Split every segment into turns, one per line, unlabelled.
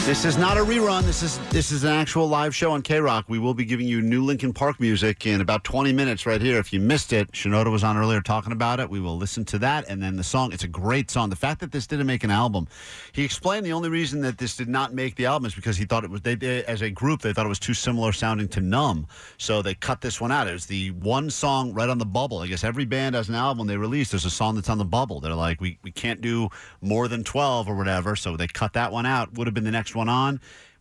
This is not a rerun. This is this is an actual live show on K Rock. We will be giving you new Lincoln Park music in about 20 minutes right here. If you missed it, Shinoda was on earlier talking about it. We will listen to that and then the song. It's a great song. The fact that this didn't make an album, he explained the only reason that this did not make the album is because he thought it was they, they as a group they thought it was too similar sounding to Numb, so they cut this one out. It was the one song right on the bubble. I guess every band has an album they release. There's a song that's on the bubble. They're like we we can't do more than 12 or whatever, so they cut that one out. Would have been the next one on.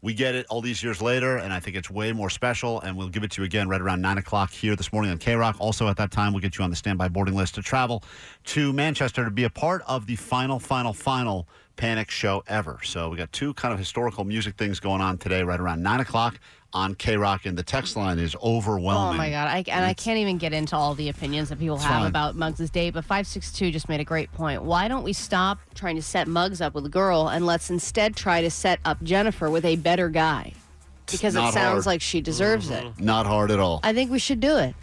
We get it all these years later, and I think it's way more special. And we'll give it to you again right around nine o'clock here this morning on K Rock. Also, at that time, we'll get you on the standby boarding list to travel to Manchester to be a part of the final, final, final Panic show ever. So we got two kind of historical music things going on today, right around nine o'clock on K Rock, and the text line is
Oh
overwhelming.
my god! I, and I can't even get into all the opinions that people have
fine.
about Muggs' date, but five six two just made a great point. Why don't we stop trying to set Muggs up with a girl and let's instead try to set up Jennifer with a better guy? Because it
not hard.
sounds like she deserves it.
Not hard at all.
I think we should do it.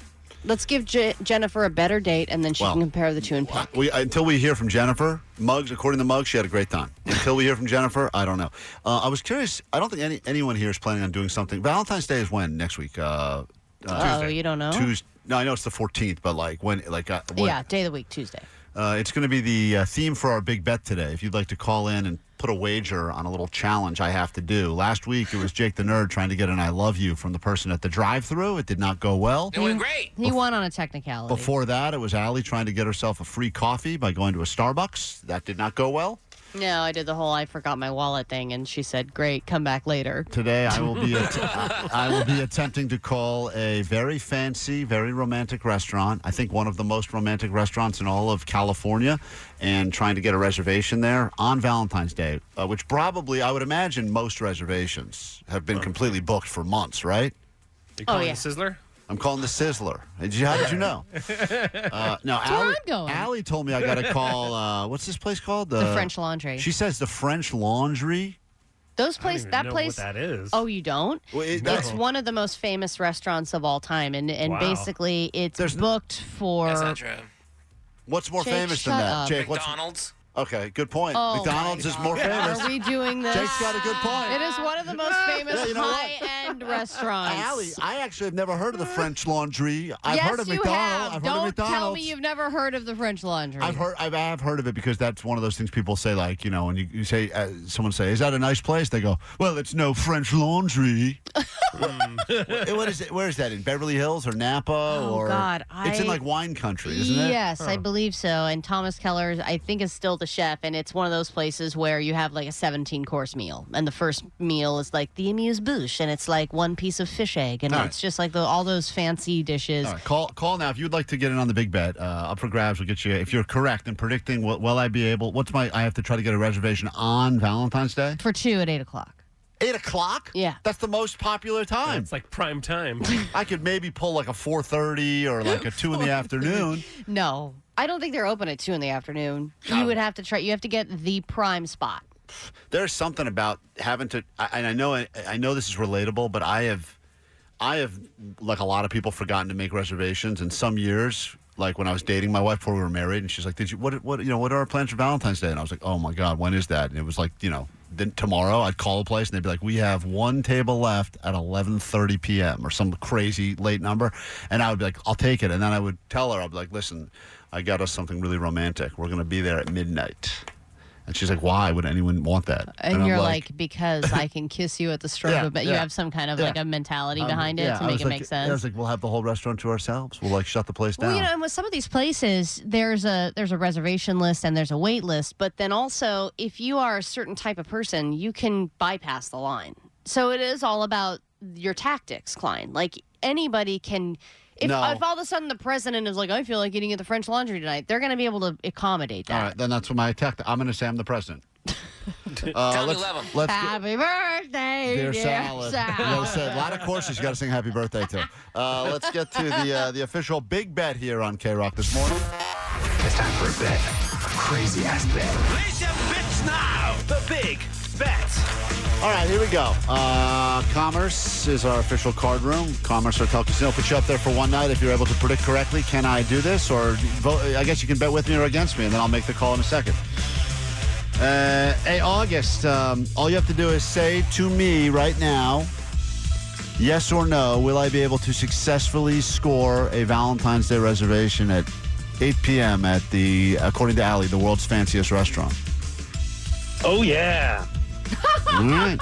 Let's give J- Jennifer a better date, and then she
Well,
can compare the two and pick.
We until we hear from Jennifer Muggs. According to Muggs, she had a great time. Until we hear from Jennifer, I don't know. Uh, I was curious. I don't think any anyone here is planning on doing something. Valentine's Day is when next week. Uh, uh,
Oh, you don't know?
Tuesday. No, I know it's the 14th, but like when, like uh, what,
Yeah, day of the week, Tuesday.
Uh, it's going to be the uh, theme for our big bet today. If you'd like to call in and put a wager on a little challenge I have to do. Last week it was Jake the Nerd trying to get an I love you from the person at the drive-through. It did not go well.
great. He won on a technicality.
Before that, it was Allie trying to get herself a free coffee by going to a Starbucks. That did not go well.
No, I did the whole I forgot my wallet thing, and she said, "Great, come back later."
Today I will be att- I will be attempting to call a very fancy, very romantic restaurant. I think one of the most romantic restaurants in all of California, and trying to get a reservation there on Valentine's Day, uh, which probably I would imagine most reservations have been completely booked for months, right?
You calling the Sizzler?
I'm calling the Sizzler. Did you, how did you know? Uh, no,
That's where
Allie,
I'm going.
Allie told me I got to call. Uh, what's this place called?
The French Laundry.
She says the French Laundry.
Those place,
even
that
know what
place,
that is.
Oh, you don't?
Well, it-
it's
no.
one of the most famous restaurants of all time, and and
Wow.
basically it's booked for.
What's more
Jake,
famous than
shut
that?
up.
Jake, McDonald's. Okay, good point.
Oh,
McDonald's
my
is more
God.
famous.
Are we doing this?
Jake's got a good point.
It is one of the most famous
Yeah, you know what?
high-end restaurants.
Allie, I actually have never heard of the French Laundry. I've
yes,
heard of
you
McDonald's.
have.
I've heard
Don't
of McDonald's.
tell me you've never heard of the French Laundry.
I've heard, I've, I've heard of it because that's one of those things people say, like you know, when you, you say uh, someone say, "Is that a nice place?" They go, "Well, it's no French Laundry." Wh- what is it? Where is that in Beverly Hills or Napa?
Oh,
or
God,
it's in
I-
like wine country, isn't it?
Yes, I believe so. And Thomas Keller, I think, is still the chef, and it's one of those places where you have like a 17 course meal, and the first meal is like the amuse bouche, and it's like one piece of fish egg, and
All right.
it's just like the, all those fancy dishes.
All right, call call now if you'd like to get in on the big bet. Uh, up for grabs, we'll get you. If you're correct in predicting, will, will I be able? What's my? I have to try to get a reservation on Valentine's Day.
for two at eight o'clock.
Eight o'clock?
Yeah,
that's the most popular time.
It's like prime time.
I could maybe pull like a four thirty or like a two in the afternoon.
No, I don't think they're open at two in the afternoon. You would have to try. You have to get the prime spot.
There's something about having to, I- and I know I, I know this is relatable, but I have, I have like a lot of people forgotten to make reservations, and some years. Like when I was dating my wife before we were married, and she's like, "Did you what? What you know? What are our plans for Valentine's Day?" And I was like, "Oh my God, when is that?" And it was like, you know, then tomorrow I'd call a place and they'd be like, "We have one table left at 11:30 p.m." or some crazy late number, and I would be like, "I'll take it," and then I would tell her, "I'd be like, listen, I got us something really romantic. We're gonna be there at midnight." And she's like, "Why would anyone want that?"
And,
I'm
you're like, because I can kiss you at the stroke
Yeah,
of it. You
yeah,
have some kind of
yeah.
like a mentality
um,
behind it
yeah,
to
I
make
was
it
like-
make sense.
I was like, "We'll have the whole restaurant to ourselves. We'll like shut the place down."
Well, you know, and with some of these places, there's a there's a reservation list and there's a wait list, but then also if you are a certain type of person, you can bypass the line. So it is all about your tactics, Klein. Like anybody can if,
No.
if all of a sudden the president is like, I feel like eating at the French Laundry tonight, they're going to be able to accommodate that.
All right, then that's what my attack. I'm going to say I'm the president. Uh,
Tommy
let's,
Levin.
let's get-
Happy birthday,
Dear
dear,
salad.
Sal.
Well said. A lot of courses you got to sing happy birthday to. Uh, let's get to the uh, the official big bet here on K Rock this morning.
It's time for a bet. A crazy ass bet.
Place your bets now. The big bet.
All right, here we go. Uh, Commerce is our official card room. Commerce Hotel Casino. Put you up there for one night if you're able to predict correctly. Can I do this? Or vote, I guess you can bet with me or against me, and then I'll make the call in a second. Uh, hey, August, um, all you have to do is say to me right now, yes or no, will I be able to successfully score a Valentine's Day reservation at 8 p.m. at the, according to Ali, the world's fanciest restaurant?
Oh yeah.
All right.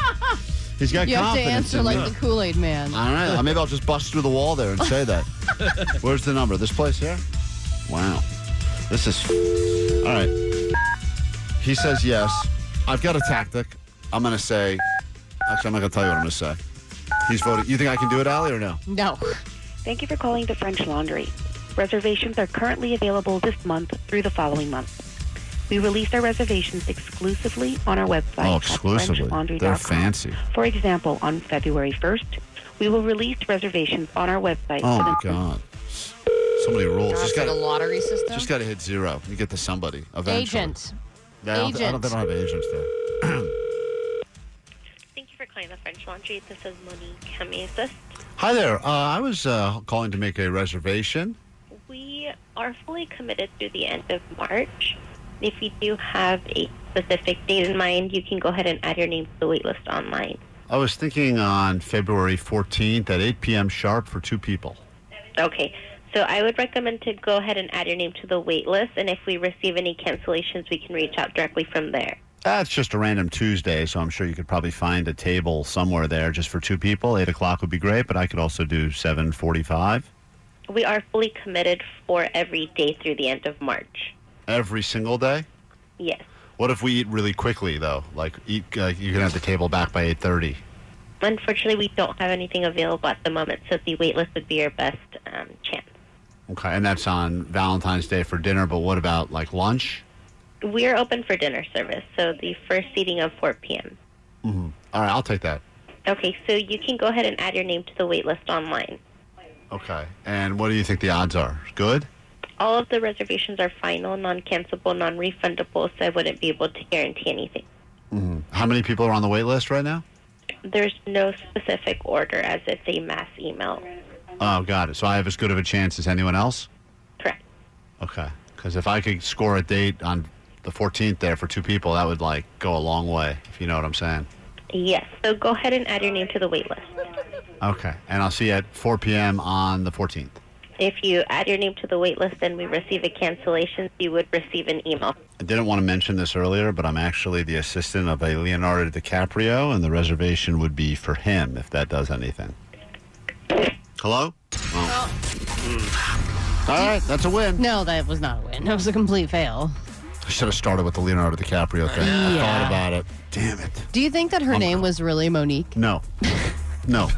He's got
You have to
confidence
answer
in
like
me.
the Kool Aid Man.
All right. uh, Maybe I'll just bust through the wall there and say that. Where's the number? This place here? Wow. This is. All right. He says yes. I've got a tactic. I'm going to say. Actually, I'm not going to tell you what I'm going to say. He's voting. You think I can do it, Allie, or no?
No.
Thank you for calling the French Laundry. Reservations are currently available this month through the following month. We release our reservations exclusively on our website.
Oh,
at
exclusively.
FrenchLaundry.com.
They're fancy.
For example, on February 1st, we will release reservations on our website.
Oh,
for
my
the-
God. So many rules. Just
the
got
lottery system.
just got to hit zero. You get to somebody eventually.
Agent.
Yeah, I don't, I don't, they don't have agents there.
Thank you for calling the French Laundry. This is Monique. How may I assist?
Hi there. Uh, I was uh, calling to make a reservation.
We are fully committed through the end of March. If you do have a specific date in mind, you can go ahead and add your name to the waitlist online.
I was thinking on February 14th at 8 p.m. sharp for two people.
Okay, so I would recommend to go ahead and add your name to the waitlist, and if we receive any cancellations, we can reach out directly from there.
That's just a random Tuesday, so I'm sure you could probably find a table somewhere there just for two people. Eight o'clock would be great, but I could also do 7:45
We are fully committed for every day through the end of March.
every single day.
Yes.
What if we eat really quickly though? Like eat, like you can have the table back by 8:30.
Unfortunately, we don't have anything available at the moment, so the waitlist would be your best um, chance.
Okay, and that's on Valentine's Day for dinner. But what about like lunch?
We are open for dinner service, so the first seating of 4 p.m.
All right, I'll take that.
Okay, so you can go ahead and add your name to the waitlist online.
Okay, and what do you think the odds are? Good.
All of the reservations are final, non-cancelable, non-refundable, so I wouldn't be able to guarantee anything.
How many people are on the wait list right now?
There's no specific order as it's a mass email.
Oh, got it. So I have as good of a chance as anyone else.
Correct.
Okay. Because if I could score a date on the 14th there for two people, that would like go a long way, if you know what I'm saying.
Yes, so go ahead and add your name to the waitlist.
Okay. And I'll see you at 4 p.m. on the 14th.
If you add your name to the waitlist and we receive a cancellation, you would receive an email.
I didn't want to mention this earlier, but I'm actually the assistant of a Leonardo DiCaprio, and the reservation would be for him if that does anything. Hello? Oh. All right, that's a win.
No, that was not a win. That was a complete fail.
I should have started with the Leonardo DiCaprio thing. I thought
Yeah.
about it. Damn it.
Do you think that her name was really Monique?
No. No.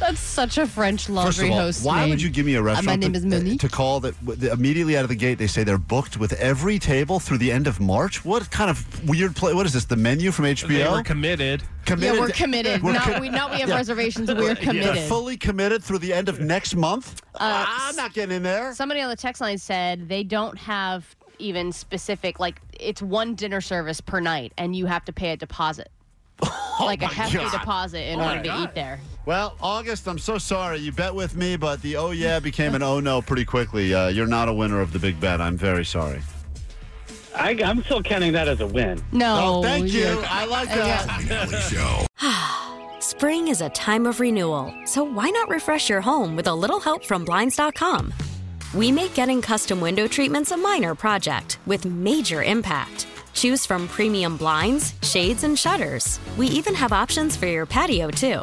That's such a French
First
laundry
of all,
host.
why
name. Uh,
would you give me a restaurant?
name
to,
is Monique.
To call that w- immediately out of the gate, they say they're booked with every table through the end of March. What kind of weird play? What is this? The menu from
They were
HBO?
committed.
committed.
Yeah, we're committed.
We're
not,
co-
we, not we have
Yeah.
reservations. We're committed.
They're fully committed through the end of next month. Ah,
Uh,
I'm not getting in there.
Somebody on the text line said they don't have even specific like it's one dinner service per night, and you have to pay a deposit, like a
Oh my
hefty
God.
deposit in order to eat there.
Well, August, I'm so sorry. You bet with me, but the oh yeah became an oh no pretty quickly. Uh, you're not a winner of the big bet. I'm very sorry.
I, I'm still counting that as a win.
No,
oh, thank you.
you're-
I like that.
Alley Show.
Spring is a time of renewal, so why not refresh your home with a little help from Blinds.com? We make getting custom window treatments a minor project with major impact. Choose from premium blinds, shades, and shutters. We even have options for your patio, too.